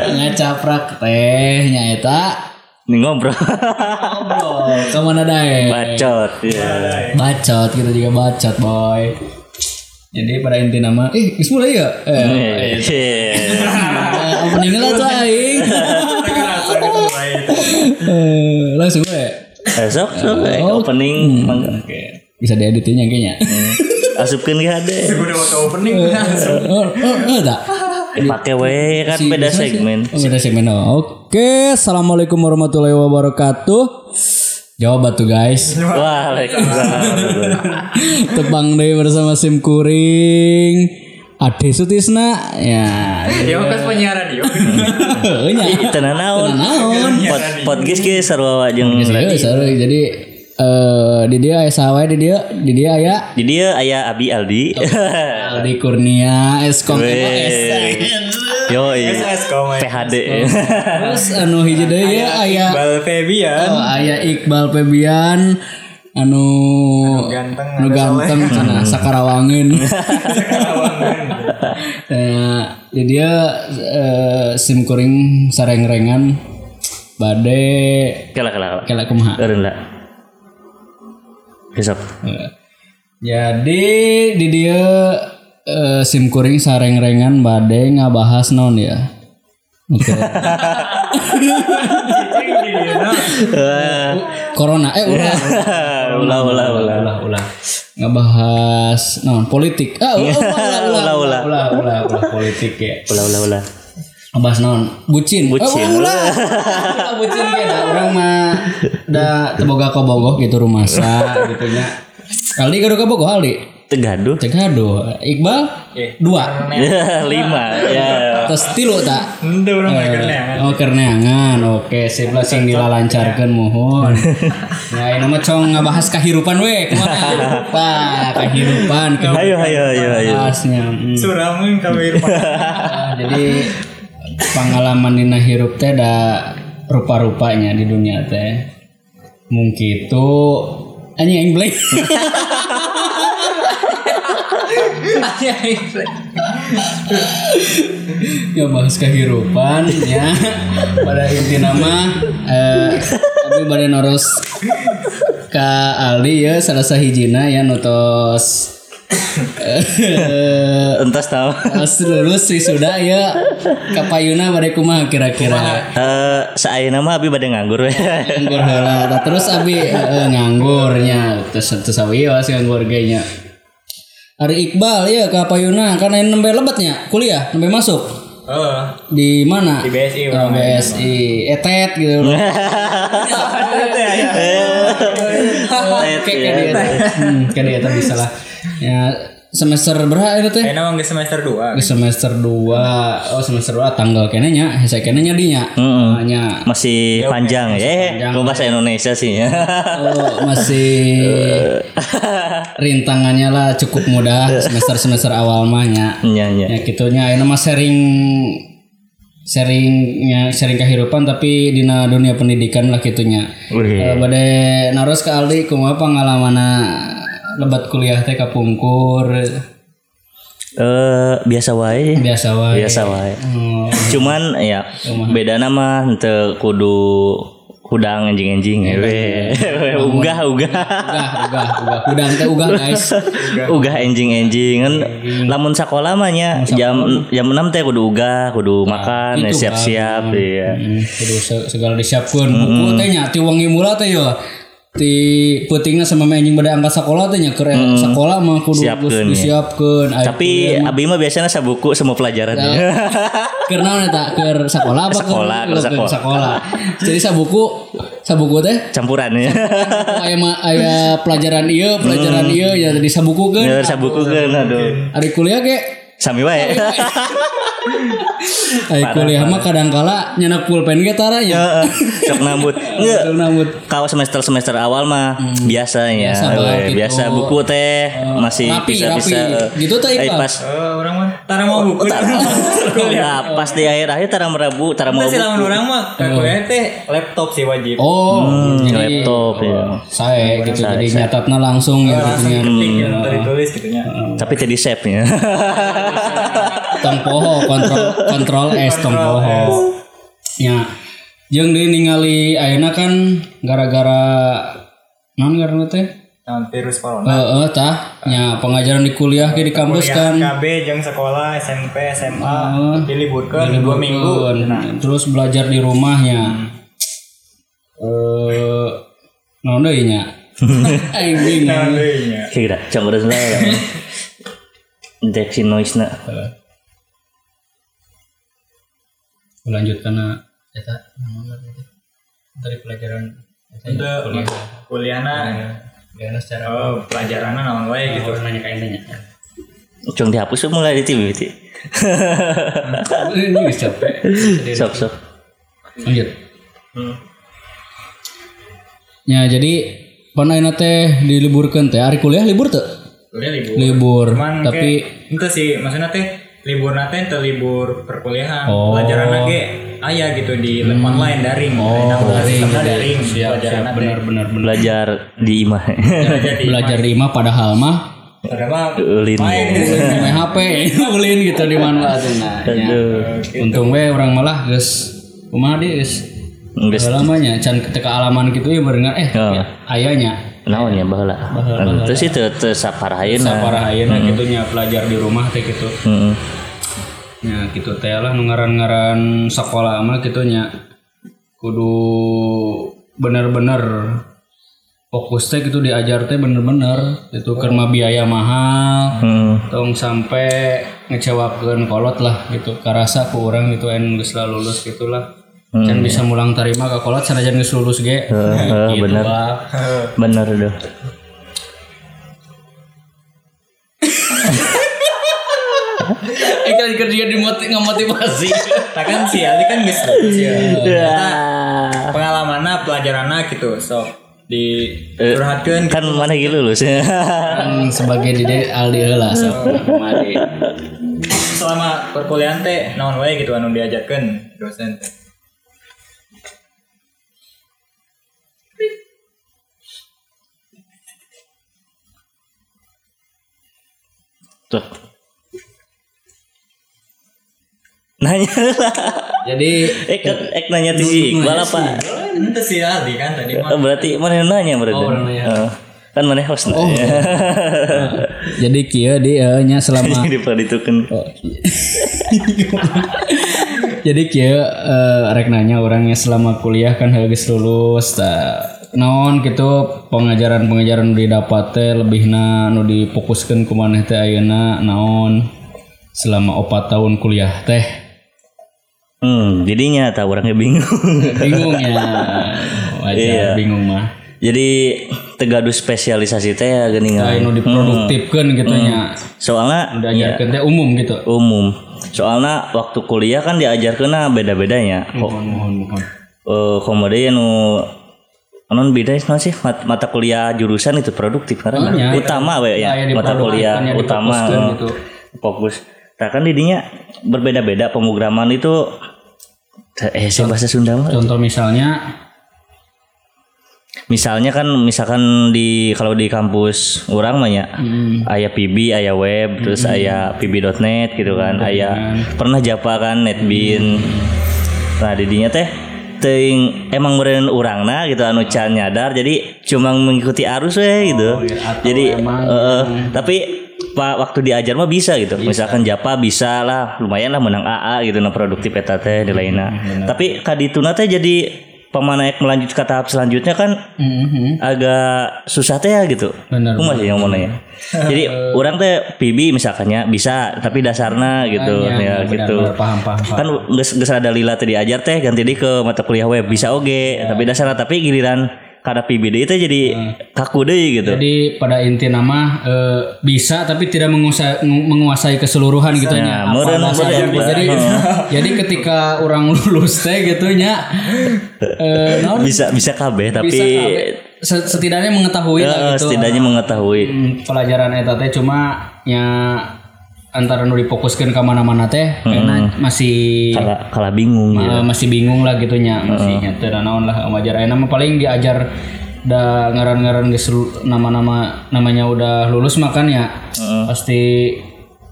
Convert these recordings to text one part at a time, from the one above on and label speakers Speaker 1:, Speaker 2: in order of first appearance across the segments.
Speaker 1: ngacaprak Eh, teh nyaeta
Speaker 2: Nih ngobrol.
Speaker 1: ngobrol ke mana dae
Speaker 2: Bacot ya.
Speaker 1: bacot kita juga bacot boy jadi pada inti nama eh geus mulai ya
Speaker 2: Iya,
Speaker 1: eh
Speaker 2: Yeah.
Speaker 1: eh, opening lah tuh aing
Speaker 3: gitu,
Speaker 1: Eh, langsung gue
Speaker 2: Eh, Sok sok eh, opening mangga.
Speaker 1: bisa dieditnya kayaknya
Speaker 2: Asupkeun ge hade.
Speaker 3: udah waktu opening
Speaker 1: oh oh oh tak
Speaker 2: Dipake we kan beda segmen.
Speaker 1: Oh, beda segmen oh. oke assalamualaikum warahmatullahi wabarakatuh jawab batu guys
Speaker 2: Iya. Waalaikumsalam.
Speaker 1: Tepang deh bersama Sim Kuring Ade Sutisna Ya
Speaker 3: ya kan penyiar radio
Speaker 1: Nya.
Speaker 2: Tenan naon?
Speaker 1: Naon
Speaker 2: Iya. Pod podcast ge sarua jeung
Speaker 1: Serius serius. jadi eh di dia aya sawae di dia di dia aya
Speaker 2: di dia aya Abi Aldi. Iya.
Speaker 1: Aldi Kurnia Eskom MOS.
Speaker 2: Yo,
Speaker 3: SS komen
Speaker 2: PHD.
Speaker 1: Terus anu hiji deui ya aya
Speaker 3: Bal Febian
Speaker 1: oh, aya Iqbal Febian anu
Speaker 3: ganteng,
Speaker 1: anu ganteng cenah sakarawangin Nah, di dia eh, sim kuring sareng-rengan bade
Speaker 2: Kala kala. kala.
Speaker 1: kelak kumaha.
Speaker 2: Eureun lah. Besok.
Speaker 1: Eh, Jadi di dia eh, sim kuring sareng-rengan bade ngabahas non ya. Oke. Corona eh ulah
Speaker 2: Ulah ulah ulah.
Speaker 1: ulah ulah ngabahas non politik. Ah ulah ulah ulah ulah ulah ulah ulah politik ya.
Speaker 2: Ulah ulah ulah.
Speaker 1: Ngebahas naon? Bucin.
Speaker 2: Bucin.
Speaker 1: Oh, ulah. Ulah bucin ge da urang mah da teboga kobogoh gitu rumasa gitu nya. Aldi gaduh kobogoh Aldi.
Speaker 2: Tegaduh.
Speaker 1: Cek aduh. Iqbal dua.
Speaker 2: Lima. Ya.
Speaker 1: Terus tilu tak?
Speaker 3: itu orang
Speaker 1: Eh, Oh kerneangan. Oke, sip lah sing dilalancarkeun mohon. Ya ini mah cong ngabahas kehidupan we. Kemana? Wah, kehidupan.
Speaker 2: Ayo ayo ayo ayo.
Speaker 1: Bahasnya. Hmm.
Speaker 3: suramin kami
Speaker 1: Ah, jadi pengalaman dina hirup teh da rupa-rupanya di dunia teh mungkin itu anjing aing blank ya bahas kehirupan ya pada inti nama eh tapi pada noros ke Aldi ya salah sahijina ya nutos eh,
Speaker 2: Entas tahu.
Speaker 1: Terus lulus wisuda ya kapayuna bade kumaha kira-kira
Speaker 2: Eh, saya nama Abi bade nganggur. we.
Speaker 1: nganggur heula Tah terus abi eh, nganggurnya terus terus abi ya si nganggur ge nya Ari Iqbal ya kapayuna karena ini nembe lebatnya kuliah nembe masuk
Speaker 3: oh
Speaker 1: di mana
Speaker 3: di BSI
Speaker 1: Eh, BSI etet gitu kayak kayak dia teh. Hmm, kayak dia teh bisa lah ya semester berapa itu teh
Speaker 3: kayaknya emang di Eh, semester 2
Speaker 1: Ke semester 2 Oh semester 2 tanggal kene nya Hese kene nya dinya
Speaker 2: Mm-mm.
Speaker 1: Nah, nya
Speaker 2: Masih panjang ya.
Speaker 1: panjang.
Speaker 2: Ngomong bahasa Indonesia sih ya.
Speaker 1: Oh, masih rintangannya lah cukup mudah semester semester awal mah nya
Speaker 2: Iya iya.
Speaker 1: ya gitunya ini mah sharing sharingnya sharing kehidupan tapi dina dunia pendidikan lah gitunya
Speaker 2: Wih.
Speaker 1: Eh, bade naros ke Aldi kumaha pengalaman lebat kuliah teh kapungkur
Speaker 2: Eh, biasa wae.
Speaker 1: biasa wae
Speaker 2: Biasa wae.
Speaker 1: Oh,
Speaker 2: Cuman ya beda nama henteu kudu hudang anjing-anjing ya. we.
Speaker 1: Ugah,
Speaker 2: Ugah ugah.
Speaker 1: ugah, ugah. Udang teh ugah guys.
Speaker 2: Ugah enjing-enjing kan lamun sekolah mah nya jam jam 6 teh kudu ugah, kudu
Speaker 1: Nah,
Speaker 2: makan, ya, siap-siap iya.
Speaker 1: Hmm, kudu se- segala disiapkan. Buku teh nya ti wangi mula teh yo. Ti putingna sama mah anjing bade angkat sekolah teh nya keur sekolah mah kudu
Speaker 2: Siapkeun,
Speaker 1: geus
Speaker 2: ya.
Speaker 1: disiapkeun. Ai,
Speaker 2: Tapi Abi mah biasanya sabuku semua pelajaran.
Speaker 1: Nah. keur naon eta? Keur sekolah apa keur-
Speaker 2: Sekolah, keur
Speaker 1: keur
Speaker 2: sekolah.
Speaker 1: sekolah. Jadi sabuku sabuku teh
Speaker 2: Campuran ya.
Speaker 1: aya ma- aya pelajaran ieu, pelajaran ieu ya jadi sabukukeun.
Speaker 2: Bener sabuku kan aduh.
Speaker 1: Ari kuliah ge
Speaker 2: Sami wae.
Speaker 1: Ai kuliah mah kadang kala nyenak pulpen ge tara nya.
Speaker 2: Heeh. Sok nambut. Nge,
Speaker 1: Betul rambut.
Speaker 2: Kalau semester-semester awal mah
Speaker 1: Hmm.
Speaker 2: biasanya,
Speaker 1: Biasa
Speaker 2: biasa, iya.
Speaker 1: banget gitu.
Speaker 2: biasa buku teh masih
Speaker 1: rapi, rapi.
Speaker 2: bisa-bisa. eh.
Speaker 1: Gitu teh,
Speaker 2: Eh,
Speaker 1: Iqbal?
Speaker 2: pas
Speaker 3: oh orang mah tara mau buku
Speaker 2: Nah, pas di akhir-akhir tara merabu, tara mau
Speaker 3: Tapi sih lamun orang mah kakuliah teh laptop sih wajib
Speaker 1: Oh, jadi
Speaker 2: Hmm, laptop ya.
Speaker 1: saya gitu jadi nyatatna langsung ya
Speaker 3: langsung
Speaker 1: gitu
Speaker 2: Hmm.
Speaker 3: ketik yang tertulis gitu nya
Speaker 2: Tapi tadi save-nya.
Speaker 1: tong poho kontrol kontrol S tong poho. Ya. Yang dia ningali ayeuna kan gara-gara non karena teh.
Speaker 3: Nah, virus corona.
Speaker 1: Heeh tah. Ya pengajaran di kuliah ke di kampus kan.
Speaker 3: KB jeung sekolah SMP SMA
Speaker 1: Hmm.
Speaker 3: diliburkeun dua minggu. Nah,
Speaker 1: Terus belajar di rumahnya. Eh non deui nya. Aing bingung.
Speaker 3: tandanya.
Speaker 2: Kira, coba terus lah. Deteksi ya. noise na.
Speaker 1: Lanjut karena eta naon tadi? dari pelajaran eta ya,
Speaker 3: Itu kuliahna
Speaker 1: karena secara
Speaker 3: oh pelajaranna naon wae gitu.
Speaker 1: orang nanya kain tanya.
Speaker 2: Cung dihapus tuh mulai di TV itu.
Speaker 1: Ini capek.
Speaker 2: Sok sok.
Speaker 1: Lanjut.
Speaker 3: Hmm.
Speaker 1: Ya jadi panaina teh diliburkan teh hari kuliah libur teh
Speaker 3: Kuliah libur.
Speaker 1: libur
Speaker 3: Cuman
Speaker 1: tapi
Speaker 3: kayak, itu sih maksudnya teh libur teh teu libur perkuliahan.
Speaker 1: Oh. Hmm.
Speaker 3: Pelajaranna ge aya gitu di online daring. Oh, daring. daring. Pelajaranna teh.
Speaker 1: benar-benar
Speaker 2: Belajar di imah.
Speaker 3: Jadi
Speaker 1: belajar di imah padahal mah
Speaker 3: padahal
Speaker 2: Ulin.
Speaker 3: main
Speaker 1: main HP ulin gitu di manfaatna. Ya.
Speaker 2: Aduh.
Speaker 1: Untung we orang malah geus kumaha deui geus
Speaker 2: Nggak
Speaker 1: alamanya can ketika alaman gitu ya barengan eh
Speaker 2: Oh.
Speaker 1: ayahnya
Speaker 2: Naon ya baheula. Terus itu terus saparahayeuna.
Speaker 1: saparah ayahnya gitu nya belajar di rumah teh gitu
Speaker 2: Heeh.
Speaker 1: Ya gitu teh lah nu ngaran-ngaran sekolah mah gitu nya. Kudu bener-bener fokus teh gitu diajar teh bener-bener itu kerma biaya mahal
Speaker 2: Heeh.
Speaker 1: tong sampai ngecewakeun kolot lah gitu karasa ku urang gitu en geus lah lulus gitulah can bisa mulang tarima ke kolot sanajan geus lulus ge
Speaker 2: Heeh,
Speaker 1: gitu
Speaker 2: bener.
Speaker 1: lah.
Speaker 2: Bener dong.
Speaker 1: Eh kan kerja dimoti- ngamotivasi
Speaker 3: Tak kan sih, Ali kan geus
Speaker 1: Iya.
Speaker 3: Ah. pengalamanna pelajaranna gitu. So di
Speaker 1: Eh.
Speaker 3: curhatkeun
Speaker 2: Kan mana gitu lulus.
Speaker 1: Kan sebagai dede Aldi heula sok kemarin.
Speaker 3: selama perkuliahan teh naon wae gitu anu diajarkan dosen teh.
Speaker 2: Tuh. Nanya lah.
Speaker 1: Jadi
Speaker 2: Eh, kan, eh nanya ti si Iqbal apa?
Speaker 3: Ente sih Ali kan tadi
Speaker 1: Iya.
Speaker 3: mah.
Speaker 2: Eh, Berarti mana yang nanya berarti?
Speaker 1: Oh, orang nanya.
Speaker 2: Eh, Kan mana host oh.
Speaker 1: Jadi kia dia nya selama Oh, iya.
Speaker 2: Jadi perditukan.
Speaker 1: jadi kia eh, rek nanya orangnya selama kuliah kan habis lulus ta non gitu pengajaran pengajaran didapat teh lebih na nu difokuskan ke mana teh ayeuna naon selama opat tahun kuliah teh
Speaker 2: Hmm, jadinya tak orangnya bingung.
Speaker 1: bingung ya
Speaker 2: Iya.
Speaker 1: wajar bingung mah
Speaker 2: Jadi tegadu spesialisasi teh ya gini nggak?
Speaker 1: lain nu diproduktifkeun gitu
Speaker 2: Hmm.
Speaker 1: nya
Speaker 2: Soalnya
Speaker 1: diajarkeun teh umum gitu
Speaker 2: umum. Soalnya waktu kuliah kan diajarkeunna beda-bedanya.
Speaker 1: mohon mohon mohon
Speaker 2: Eh, komedi anu non beda sih sih mat- mata kuliah jurusan itu produktif karena
Speaker 1: Makanya,
Speaker 2: utama
Speaker 1: ya,
Speaker 2: we ya
Speaker 1: yang
Speaker 2: mata kuliah
Speaker 1: diperlukan, yang
Speaker 2: utama
Speaker 1: difokuskan
Speaker 2: eh,
Speaker 1: gitu.
Speaker 2: fokus nah kan didinya berbeda-beda pemrograman itu eh saya bahasa Sunda mah.
Speaker 1: contoh misalnya
Speaker 2: misalnya kan misalkan di kalau di kampus orang mah ya aya PB aya web terus aya pb.net gitu kan aya pernah Java kan netbean nah didinya teh ting emang meren urangna gitu anu can nyadar jadi cuma mengikuti arus we gitu jadi eh, tapi pak waktu diajar mah bisa gitu misalkan Japa bisa lah lumayan lah menang AA gitu nah produktif eta teh di lainna tapi kadituna teh jadi pemanaek melanjut ke tahap selanjutnya kan
Speaker 1: Mhm.
Speaker 2: agak susah teh ya gitu.
Speaker 1: Bener.
Speaker 2: Aku masih yang mau nanya. Jadi
Speaker 1: Eh.
Speaker 2: orang teh PB misalkannya bisa tapi dasarna gitu
Speaker 1: Ya,
Speaker 2: ya,
Speaker 1: benar,
Speaker 2: gitu.
Speaker 1: benar, paham paham paham.
Speaker 2: Kan geus geus ada lila teh diajar teh ganti di ke mata kuliah web bisa oge
Speaker 1: Iya.
Speaker 2: tapi dasarna tapi giliran kada PBD teh jadi kaku deui gitu.
Speaker 1: Jadi pada inti nama eh, bisa tapi tidak menguasai, menguasai keseluruhan gitu
Speaker 2: Nah,
Speaker 1: nya. Apa
Speaker 2: meureun-
Speaker 1: bahasanya?
Speaker 2: meureun, Mbak.
Speaker 1: jadi jadi ketika orang lulus teh gitu nya eh, naon?
Speaker 2: Bisa bisa kabeh tapi
Speaker 1: bisa kabeh. Se- setidaknya mengetahui lah
Speaker 2: eh,
Speaker 1: gitu
Speaker 2: setidaknya mengetahui.
Speaker 1: Hmm, pelajaran eta teh cuma nya antara nu difokuskeun ka mana-mana teh karena masih
Speaker 2: Kala kala bingung gitu.
Speaker 1: Eh, masih bingung lah gitu nya masih nyata dan naon lah wajar aya nama paling diajar da ngaran-ngaran geus lu- nama-nama namanya udah lulus makan ya kan pasti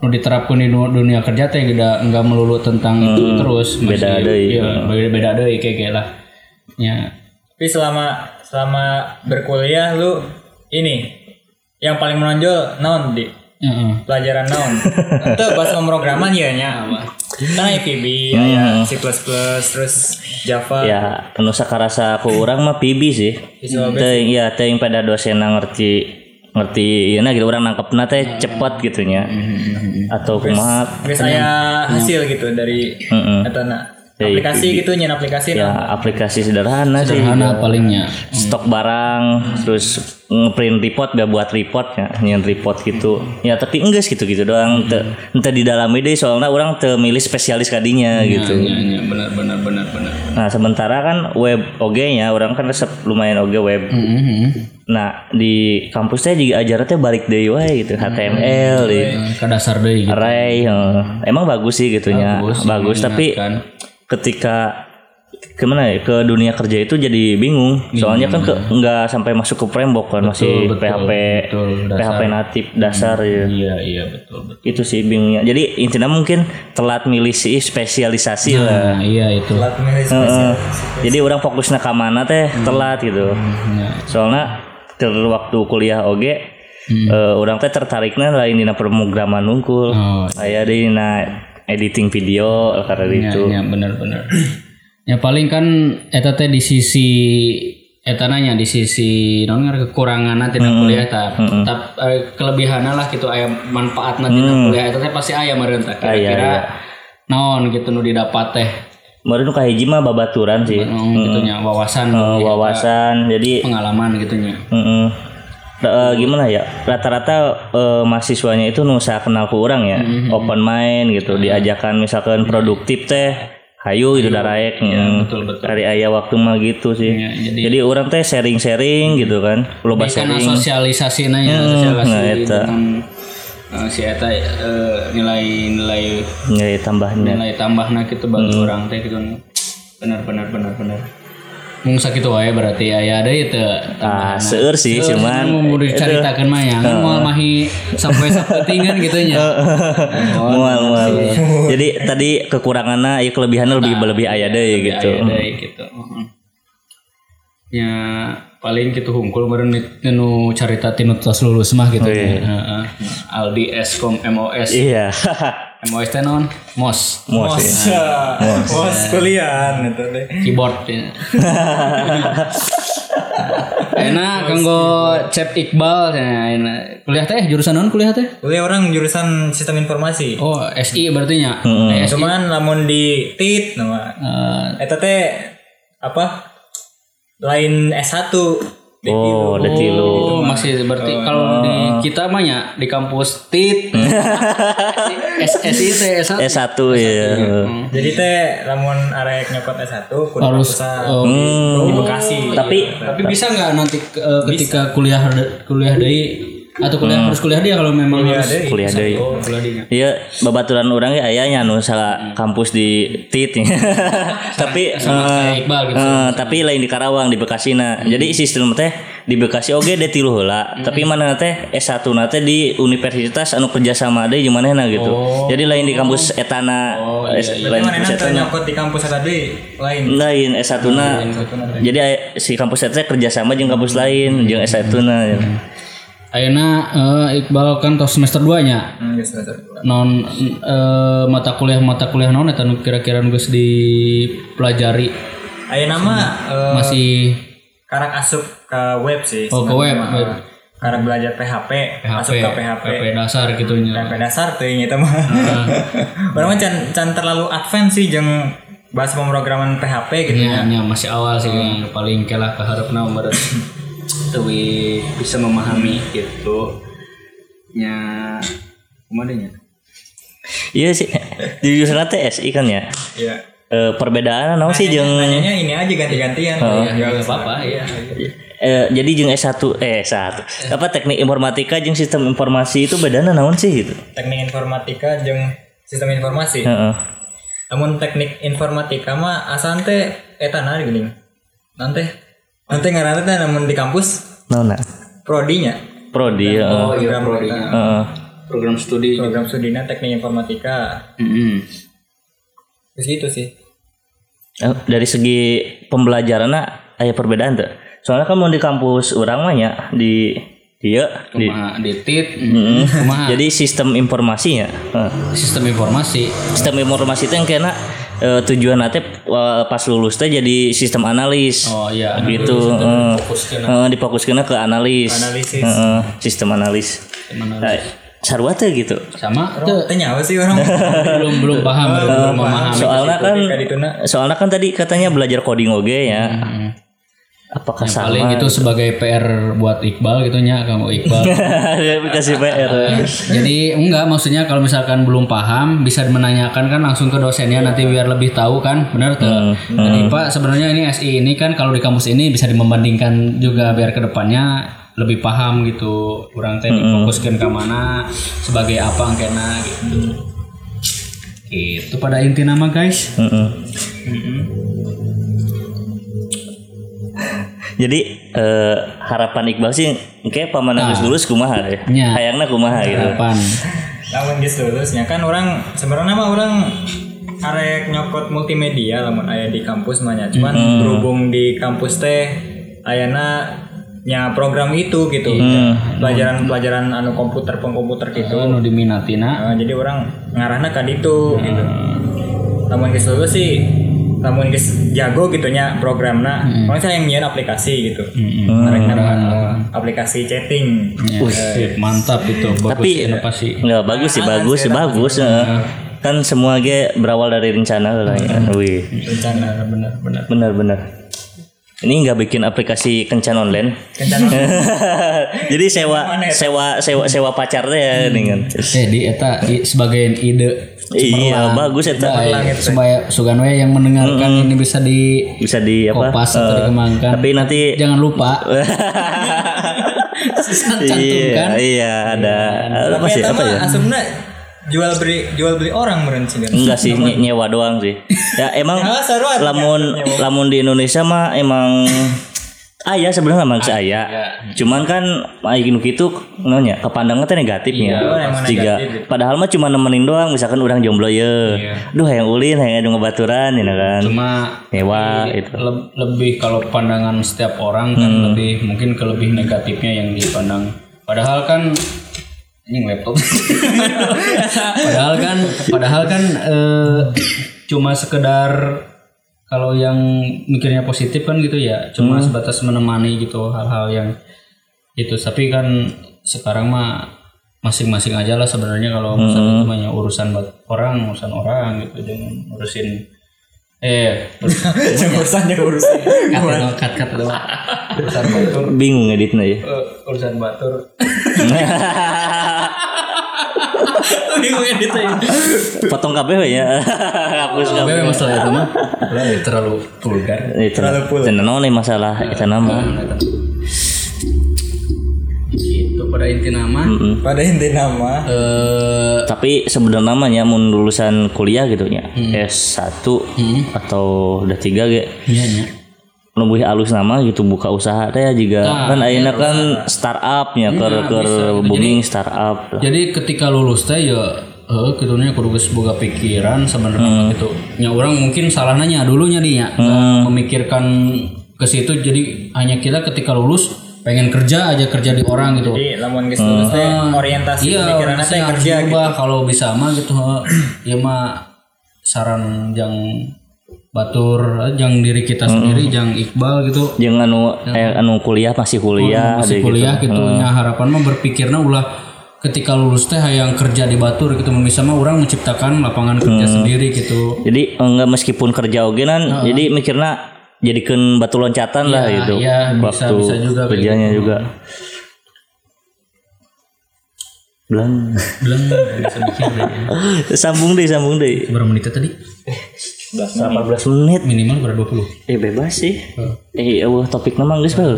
Speaker 1: nu diterapkan di du- dunia kerja teh tidak nggak melulu tentang itu terus
Speaker 2: beda deui.
Speaker 1: iya, beda beda deui kayak kayak lah ya
Speaker 3: Tapi selama selama berkuliah lu ini yang paling menonjol naon di
Speaker 1: heeh.
Speaker 3: pelajaran naon? Itu bahasa pemrograman ya nya. Kan IPB, aya C++, terus Java.
Speaker 2: ya nu sakarasa ku urang mah PB sih teh ya teh yang pada dosenna ngerti ngerti ieu na gitu urang nangkepna teh cepet gitu nya atau kumaha
Speaker 3: Guys, saya hasil gitu dari
Speaker 2: Mm-mm.
Speaker 3: etana.
Speaker 2: Dari
Speaker 3: Aplikasi gitu nyen aplikasi
Speaker 2: ya
Speaker 3: naon?
Speaker 2: aplikasi sederhana sih
Speaker 1: sederhana palingnya
Speaker 2: stok barang terus ngeprint report gak buat report ya nyen report gitu ya tapi enggak gitu gitu doang Teu- teu di dalam ide soalnya orang termilih spesialis kadinya gitu
Speaker 1: ya, ya, benar benar benar benar
Speaker 2: nah sementara kan web oge nya orang kan resep lumayan oge web
Speaker 1: Mhm.
Speaker 2: nah di kampus teh juga ajaran teh balik deui wae
Speaker 1: Hmm.
Speaker 2: gitu HTML di
Speaker 1: Eh, ke dasar deui gitu.
Speaker 2: array eh. emang bagus sih gitunya
Speaker 1: Ya, Bagus,
Speaker 2: bagus, tapi
Speaker 1: mengingatkan.
Speaker 2: ketika kemana ya ke dunia kerja itu jadi bingung soalnya kan ke- nggak sampai masuk ke framework kan masih
Speaker 1: Hmm. betul,
Speaker 2: PHP
Speaker 1: betul, dasar.
Speaker 2: PHP natif dasar ya
Speaker 1: iya iya betul betul
Speaker 2: itu sih bingungnya jadi intinya mungkin telat milih si spesialisasi
Speaker 1: nah
Speaker 2: lah
Speaker 1: iya itu
Speaker 3: Alat milih
Speaker 2: Heeh. jadi orang fokusnya ke mana teh
Speaker 1: Hmm.
Speaker 2: telat gitu
Speaker 1: Nah,
Speaker 2: soalnya ke waktu kuliah oge
Speaker 1: Hmm.
Speaker 2: eh, orang teh tertariknya lain dina pemrograman unggul
Speaker 1: Oh.
Speaker 2: aya dina editing video gitu. karena itu
Speaker 1: Ya, benar-benar. ya paling kan eta teh di sisi eta nanya di sisi non kekuranganna tidak kuliah eta. Tap eh, kelebihanna lah gitu aya manfaatna tidak kuliah eta teh pasti aya meureun tah kira-kira naon gitu nu didapat teh.
Speaker 2: baru nu kahiji mah babaturan sih
Speaker 1: Hmm, gitu nya wawasan gitu,
Speaker 2: Eh, wawasan jadi
Speaker 1: pengalaman gitu nya.
Speaker 2: mm-mm. Ra-
Speaker 1: Iya.
Speaker 2: eh, gimana ya rata-rata eh, mahasiswanya itu nusa kenal ku orang ya
Speaker 1: Hmm,
Speaker 2: open mind gitu
Speaker 1: Iya.
Speaker 2: diajakan misalkan produktif teh hayu gitu daraek mm.
Speaker 1: Iya, Betul betul.
Speaker 2: dari ayah waktu mah gitu sih
Speaker 1: Ya, jadi
Speaker 2: jadi orang teh sharing-sharing gitu kan loba
Speaker 1: karena
Speaker 2: sharing
Speaker 1: sosialisasi nanya sosialisasi
Speaker 2: nah, eta.
Speaker 1: dengan eh, si eta eh, nilai-nilai
Speaker 2: nilai tambahnya
Speaker 1: nilai tambahna gitu bagi orang teh gitu benar benar benar benar mung sakitu wae berarti aya deui teu Nah,
Speaker 2: ah seueur sih cuman
Speaker 1: mau diceritakeun mah ya kan moal mahi sampai sapetingan gitu nya
Speaker 3: Oh, iya
Speaker 2: mual mual jadi tadi kekurangannya ya kelebihannya lebih
Speaker 3: Nah,
Speaker 2: lebih aya deui gitu
Speaker 1: Aya deui gitu ya paling gitu hungkul meureun nu carita tinu tos lulus mah gitu nya. Heeh. Aldi Eskom MOS
Speaker 2: iya
Speaker 1: MOS teh naon MOS
Speaker 2: mual sih
Speaker 3: Mos, mos kuliah itu deh.
Speaker 1: keyboard ya. enak kanggo cep Iqbal ya, enak. kuliah teh jurusan non kuliah teh
Speaker 3: Kuliah orang jurusan sistem informasi.
Speaker 1: oh SI berarti nya
Speaker 3: Eh, cuman lamun di tit nama
Speaker 1: Eh,
Speaker 3: eta teh apa lain S1
Speaker 2: oh ada tilu
Speaker 1: oh, Hmm. masih berarti kalau di kita mah nya di kampus TIT SI teh S1
Speaker 3: Oh,
Speaker 2: S1 ya
Speaker 3: jadi teh lamun arek nyokot S1 kudu
Speaker 1: harus
Speaker 3: kampus
Speaker 1: eh,
Speaker 3: di Bekasi
Speaker 2: Hmm. tapi
Speaker 1: tapi Nah, bisa nggak nanti eh, ketika kuliah kuliah dari atau kuliah harus kuliah iya. dia kalau memang harus Oh,
Speaker 2: kuliah deui
Speaker 1: kuliah di
Speaker 2: Iya, babaturan orang ya ayahnya nu
Speaker 3: Hmm.
Speaker 2: salah kampus di TIT. tapi eh,
Speaker 1: kayak Iqbal gitu
Speaker 2: eh, tapi lain di Karawang di Bekasi nah. Jadi sistem teh di Bekasi oge deh tilu heula, tapi mana teh S1 na teh di universitas anu kerjasama deui jeung manehna gitu. Jadi lain di kampus etana S- Oh, iya, lain
Speaker 3: mana
Speaker 2: kampus
Speaker 3: teh
Speaker 2: etana. Nah,
Speaker 3: nyokot di kampus eta deui lain
Speaker 2: Oh, Lain S1 na. Hmm. Jadi ay- si kampus eta teh kerjasama jeung kampus lain jeung S1 na. gitu.
Speaker 1: Ayeuna eh, Iqbal kan tos semester 2 nya.
Speaker 3: Hmm, geus semester dua.
Speaker 1: Non eh, mata kuliah mata kuliah non eta nu kira-kira geus dipelajari
Speaker 3: aya nama eh,
Speaker 1: masih
Speaker 3: karak asup ke web sih
Speaker 1: Oh, ke web,
Speaker 3: sebenarnya.
Speaker 1: web.
Speaker 3: karak belajar PHP, asup ke PHP
Speaker 1: dasar gitu nya.
Speaker 3: PHP dasar tuh yang itu mah
Speaker 1: Ah.
Speaker 3: Barang mah can, can terlalu advance sih jeung bahasa pemrograman PHP gitu
Speaker 1: Ya, nya masih awal sih yang paling kelah keharapna umur teuwi bisa memahami gitu. Nya kumaha nya?
Speaker 2: Iya sih. Di jurusan teh SI kan ya.
Speaker 3: Iya.
Speaker 2: Eh, perbedaan naon sih jeung
Speaker 3: Nanyanya ini aja ganti-gantian. Iya.
Speaker 1: Ya enggak apa-apa ya.
Speaker 2: Eh, jadi jeung S1 eh S1 apa teknik informatika jeung sistem informasi itu bedana naon sih gitu.
Speaker 3: Teknik informatika jeung sistem informasi.
Speaker 2: Heeh.
Speaker 3: Namun teknik informatika mah asal teh eta nah geuning. Nanti nanti ngaranna teh namun di kampus
Speaker 2: Naon na?
Speaker 3: prodinya.
Speaker 2: Prodi heeh.
Speaker 1: Oh iya prodi.
Speaker 2: eh. Heeh.
Speaker 1: program studi
Speaker 3: program studinya teknik informatika
Speaker 1: Mm-mm.
Speaker 3: terus gitu sih
Speaker 2: Eh, dari segi pembelajaran ada perbedaan tuh soalnya kan mau di kampus orang mah ya di dia di,
Speaker 1: kumaha di tit
Speaker 2: Mm.
Speaker 1: kumaha
Speaker 2: jadi sistem informasinya eh.
Speaker 1: sistem informasi
Speaker 2: sistem informasi itu yang kena eh, tujuan nanti eh, pas lulus teh jadi sistem analis
Speaker 1: oh iya
Speaker 2: gitu eh. Eh, difokuskan ke analis
Speaker 3: Analisis.
Speaker 2: Eh, eh, sistem analis
Speaker 1: Mana-
Speaker 2: Eh, sarwa teh gitu
Speaker 1: sama tuh
Speaker 3: itu nyawa sih orang
Speaker 1: belum belum paham belum memahami
Speaker 2: soalnya kan
Speaker 3: Ketika dituna
Speaker 2: soalnya kan tadi katanya belajar coding oge ya apakah sama
Speaker 1: paling itu sebagai PR buat Iqbal gitu nya kamu Iqbal
Speaker 2: kasih PR
Speaker 1: Jadi enggak maksudnya kalau misalkan belum paham bisa menanyakan kan langsung ke dosennya nanti biar lebih tahu kan benar tuh. Jadi Pak sebenarnya ini SI ini kan kalau di kampus ini bisa membandingkan juga biar kedepannya lebih paham gitu kurang teh fokuskan ke mana sebagai apa angkena gitu. Itu pada inti nama guys.
Speaker 2: Mm-mm. Jadi eh, harapan Iqbal sih kayak paman harus lulus kumaha ya.
Speaker 1: Nya.
Speaker 2: Hayangna kumaha gitu.
Speaker 1: Harapan.
Speaker 3: lamun geus lulusnya kan orang sebenarnya mah orang arek nyokot multimedia lamun aya di kampus mah nya. cuman berhubung di kampus teh ayana nya program itu gitu pelajaran-pelajaran anu komputer pengkomputer gitu
Speaker 1: Itu nu diminatina.
Speaker 3: Nah, jadi orang ngarahna ka ditu gitu
Speaker 2: Hmm.
Speaker 3: lamun geus lulus sih lamun geus jago gitu nya programna
Speaker 2: Hmm.
Speaker 3: kalau saya yang nyian aplikasi gitu arek
Speaker 2: Oh.
Speaker 3: ngarahan aplikasi chatting
Speaker 1: Ya, sip, mantap itu bagus
Speaker 2: Tapi-
Speaker 1: inovasi.
Speaker 2: Nggak bagus sih bagus sih bagus. eh. Kan semua ge berawal dari rencana lah ya. Wih.
Speaker 3: rencana benar-benar
Speaker 2: Benar benar. Ini nggak bikin aplikasi kencan online.
Speaker 3: rencana
Speaker 2: Jadi sewa sewa sewa sewa pacarnya ya dengan.
Speaker 1: Eh di eta i- sebagai ide
Speaker 2: Iya bagus
Speaker 1: Nah,
Speaker 2: eta.
Speaker 1: eh, supaya Suganwe yang mendengarkan ini bisa di
Speaker 2: Bisa di apa? eh,
Speaker 1: kopas atau dikembangkan.
Speaker 2: Tapi nanti
Speaker 1: Jangan lupa
Speaker 2: iya,
Speaker 1: cantumkan.
Speaker 2: iya ada apa
Speaker 3: Eh,
Speaker 2: sih apa ya?
Speaker 3: Asumna jual beli jual beli orang meren sih kan.
Speaker 2: Enggak sih nye- nyewa doang sih. Ya emang
Speaker 3: Nyawa seru atuh,
Speaker 2: lamun lamun di Indonesia mah emang ayah sebenarnya emang saya. Cuman kan ayeuna kitu nanya kepandangnya teh negatifnya.
Speaker 3: emang
Speaker 2: Jika padahal mah cuma nemenin doang misalkan orang jomblo ya. Duh yang ulin yang ada ngebaturan ya kan.
Speaker 1: Cuma
Speaker 2: Nyewa gitu. itu.
Speaker 1: le- lebih kalau pandangan setiap orang kan lebih mungkin ke lebih negatifnya yang dipandang. Padahal kan ini laptop. padahal kan padahal kan eh, cuma sekedar kalau yang mikirnya positif kan gitu ya, cuma sebatas menemani gitu hal-hal yang itu. Tapi kan sekarang mah masing-masing aja lah sebenarnya kalau misalnya cuma ya urusan buat orang, urusan orang gitu jangan urusin eh
Speaker 3: Urusannya urusan.
Speaker 1: Cut ya, dong, cut, cut dong. urusan batur
Speaker 2: Bingung editnya ya.
Speaker 1: eh, urusan batur bingung editnya
Speaker 2: Potong kabeh we ya. Hapus kabeh.
Speaker 1: memang masalah itu mah Lah, ya, terlalu vulgar
Speaker 2: Itu tenang nih masalah itu nama.
Speaker 1: gitu pada inti nama
Speaker 2: Hmm.
Speaker 3: Pada inti nama.
Speaker 1: eh
Speaker 2: tapi sebenarnya namanya mau lulusan kuliah gitu ya
Speaker 1: Hmm.
Speaker 2: S1 atau udah tiga ge
Speaker 1: iya nya
Speaker 2: lebih alus nama gitu buka usaha teh juga
Speaker 1: Nah,
Speaker 2: kan
Speaker 1: iya,
Speaker 2: ayeuna kan startup nya keur keur booming startup
Speaker 1: jadi ketika lulus teh ya eh kitunya kudu geus boga pikiran sebenarnya gitu nya orang mungkin salahnya dulunya dia memikirkan ke situ jadi hanya kita ketika lulus pengen kerja aja kerja di orang gitu
Speaker 3: Jadi lamun geus
Speaker 2: Oh.
Speaker 3: lulus teh orientasi
Speaker 2: Iya.
Speaker 3: pikiranna
Speaker 1: saya Iya, harus
Speaker 3: teh Iya, kerja gitu.
Speaker 1: diubah. kalau bisa mah gitu heeh. ya mah saran yang batur yang diri kita sendiri yang Iqbal gitu
Speaker 2: jeung anu eh, anu kuliah masih kuliah
Speaker 1: masih kuliah gitu, nya harapan mah berpikirnya ulah ketika lulus teh hayang kerja di Batur gitu bisa mah orang menciptakan lapangan kerja sendiri gitu
Speaker 2: jadi enggak meskipun kerja oge nan jadi mikirna jadikan batu loncatan lah gitu
Speaker 1: ya, bisa-
Speaker 2: waktu
Speaker 1: bisa juga kayak gitu.
Speaker 2: kerjanya juga Belang.
Speaker 1: belum bisa mikir deh.
Speaker 2: sambung deh sambung deh
Speaker 1: berapa menit tadi
Speaker 2: 18 menit
Speaker 1: minimal berapa 20
Speaker 2: eh bebas sih
Speaker 1: Heeh.
Speaker 2: eh eueuh topik nama geus bae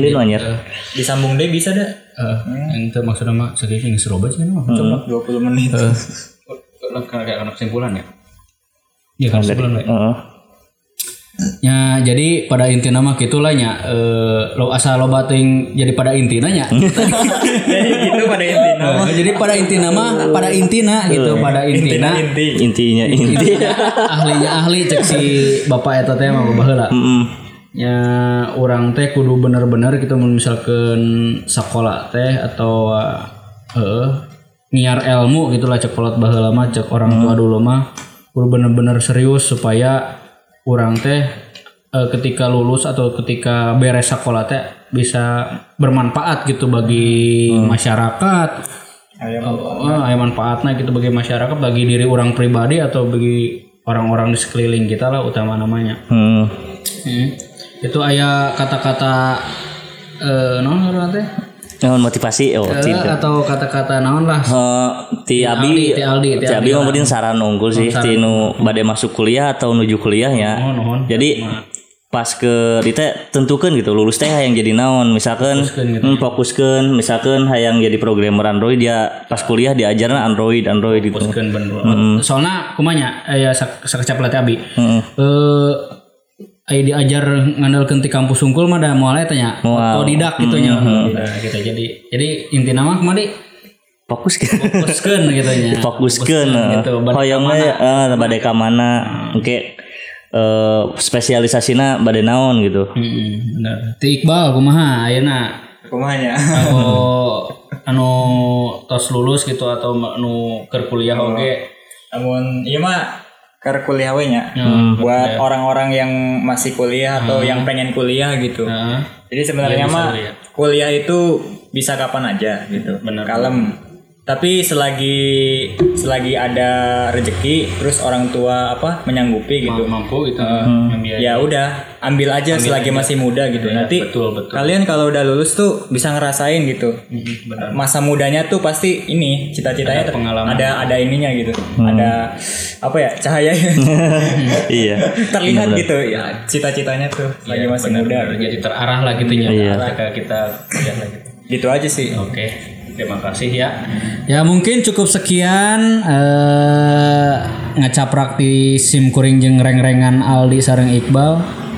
Speaker 1: Iya.
Speaker 2: dia nanya
Speaker 3: Disambung deh bisa dah.
Speaker 1: Eh, ente maksudnya mah sakit yang serobat sih mah
Speaker 3: Cuma 20 menit.
Speaker 1: Eh.
Speaker 2: Oh.
Speaker 1: karena kayak anak kesimpulan ya ya kan kesimpulan ya
Speaker 2: heeh
Speaker 1: Ya, jadi pada inti nama gitulah nya eh, lo asal lo bating jadi pada inti nanya.
Speaker 3: Jadi gitu pada intinya.
Speaker 1: jadi pada inti nama, pada intina gitu, pada intina.
Speaker 3: Inti.
Speaker 2: intinya inti
Speaker 1: ahlinya ahli cek si bapak eta teh mah
Speaker 3: Hmm.
Speaker 1: baheula.
Speaker 2: Mm-mm.
Speaker 1: Ya orang teh kudu bener-bener gitu mun misalkan sekolah teh atau eh nyiar ilmu gitulah cek kolot baheula mah cek orang tua dulu mah kudu bener-bener serius supaya orang teh eh, ketika lulus atau ketika beres sekolah teh bisa bermanfaat gitu bagi masyarakat
Speaker 3: Ayo.
Speaker 1: Oh, aya manfaatnya gitu bagi masyarakat, bagi diri orang pribadi atau bagi orang-orang di sekeliling kita lah utama namanya.
Speaker 2: Hmm.
Speaker 1: Itu aya kata-kata eh naon ngaranna teh?
Speaker 2: Naon motivasi oh
Speaker 1: Eh,
Speaker 2: cinta
Speaker 1: atau kata-kata naon lah.
Speaker 2: Eh, ti abi
Speaker 1: Aldi, ti Aldi, ti
Speaker 2: ti abi ngomongin saran unggul sih ti nu bade masuk kuliah atau nuju kuliahnya
Speaker 1: Naon naon.
Speaker 2: jadi pas ke di teh tentukan gitu lulus teh hayang jadi naon misalkan
Speaker 1: Fokuskeun gitu.
Speaker 2: hmm, fokuskeun misalkan hayang jadi programmer android ya pas kuliah diajarna android android gitu
Speaker 1: Puskeun bener. Soalnya kumanya aya sak- sakecap lah teh abi.
Speaker 2: Heeh.
Speaker 1: Eh aya diajar ngandalkeun ti kampus sungkul mah da moal eta nya.
Speaker 2: Moal.
Speaker 1: Otodidak gitu nya. Nah, gitu. Jadi jadi inti nama kemari
Speaker 2: fokus kan
Speaker 1: fokuskan gitu nya
Speaker 2: fokuskeun
Speaker 1: gitu Bad-
Speaker 2: hoyong we eh bade ka mana engke eh spesialisasina bade naon gitu
Speaker 1: Mm-mm, bener Hmm, ti Iqbal kumaha ayeuna
Speaker 3: Kumanya.
Speaker 2: Hmm.
Speaker 1: oh anu tos lulus gitu atau anu keur kuliah oge
Speaker 3: Namun iya mah ke kuliah we nya. Buat orang-orang yang masih kuliah atau yang pengen kuliah gitu.
Speaker 1: Heeh.
Speaker 3: Jadi sebenarnya mah kuliah itu bisa kapan aja gitu. Kalem. Tapi selagi selagi ada rezeki terus orang tua apa menyanggupi gitu.
Speaker 1: mampu gitu membiayai.
Speaker 3: Ya udah, ambil aja selagi masih muda gitu. Nanti
Speaker 1: betul betul
Speaker 3: kalian kalau udah lulus tuh bisa ngerasain gitu.
Speaker 1: Mm-mm, bener
Speaker 3: Masa mudanya tuh pasti ini cita-citanya ada
Speaker 1: pengalaman.
Speaker 3: ada ada ininya gitu. Ada apa ya? Cahayanya
Speaker 2: iya
Speaker 3: terlihat gitu ya cita-citanya tuh lagi masih muda. Iya.
Speaker 1: Bener, Iya, jadi terarah lah gitu nya ketika kita kuliah lah gitu
Speaker 3: Gitu aja sih.
Speaker 1: Oke, terima kasih ya. Ya mungkin cukup sekian eh, ngacaprak di SIM kuring jeung reng-rengan Aldi sareng Iqbal.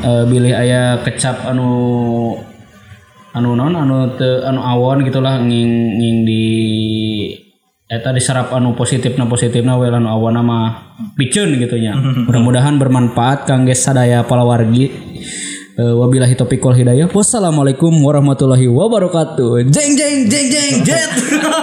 Speaker 1: Eh, bilih aya kecap anu anu non anu teu- anu awon gitulah nging nging di eta diserap Eh, anu positifna positifna we anu awon nama piceun gitu nya. Mudah-mudahan bermanfaat kangge sadaya palawargi. Eh, wabillahi taufiq wal hidayah. Wassalamualaikum warahmatullahi wabarakatuh. Jeng jeng jeng jeng jet.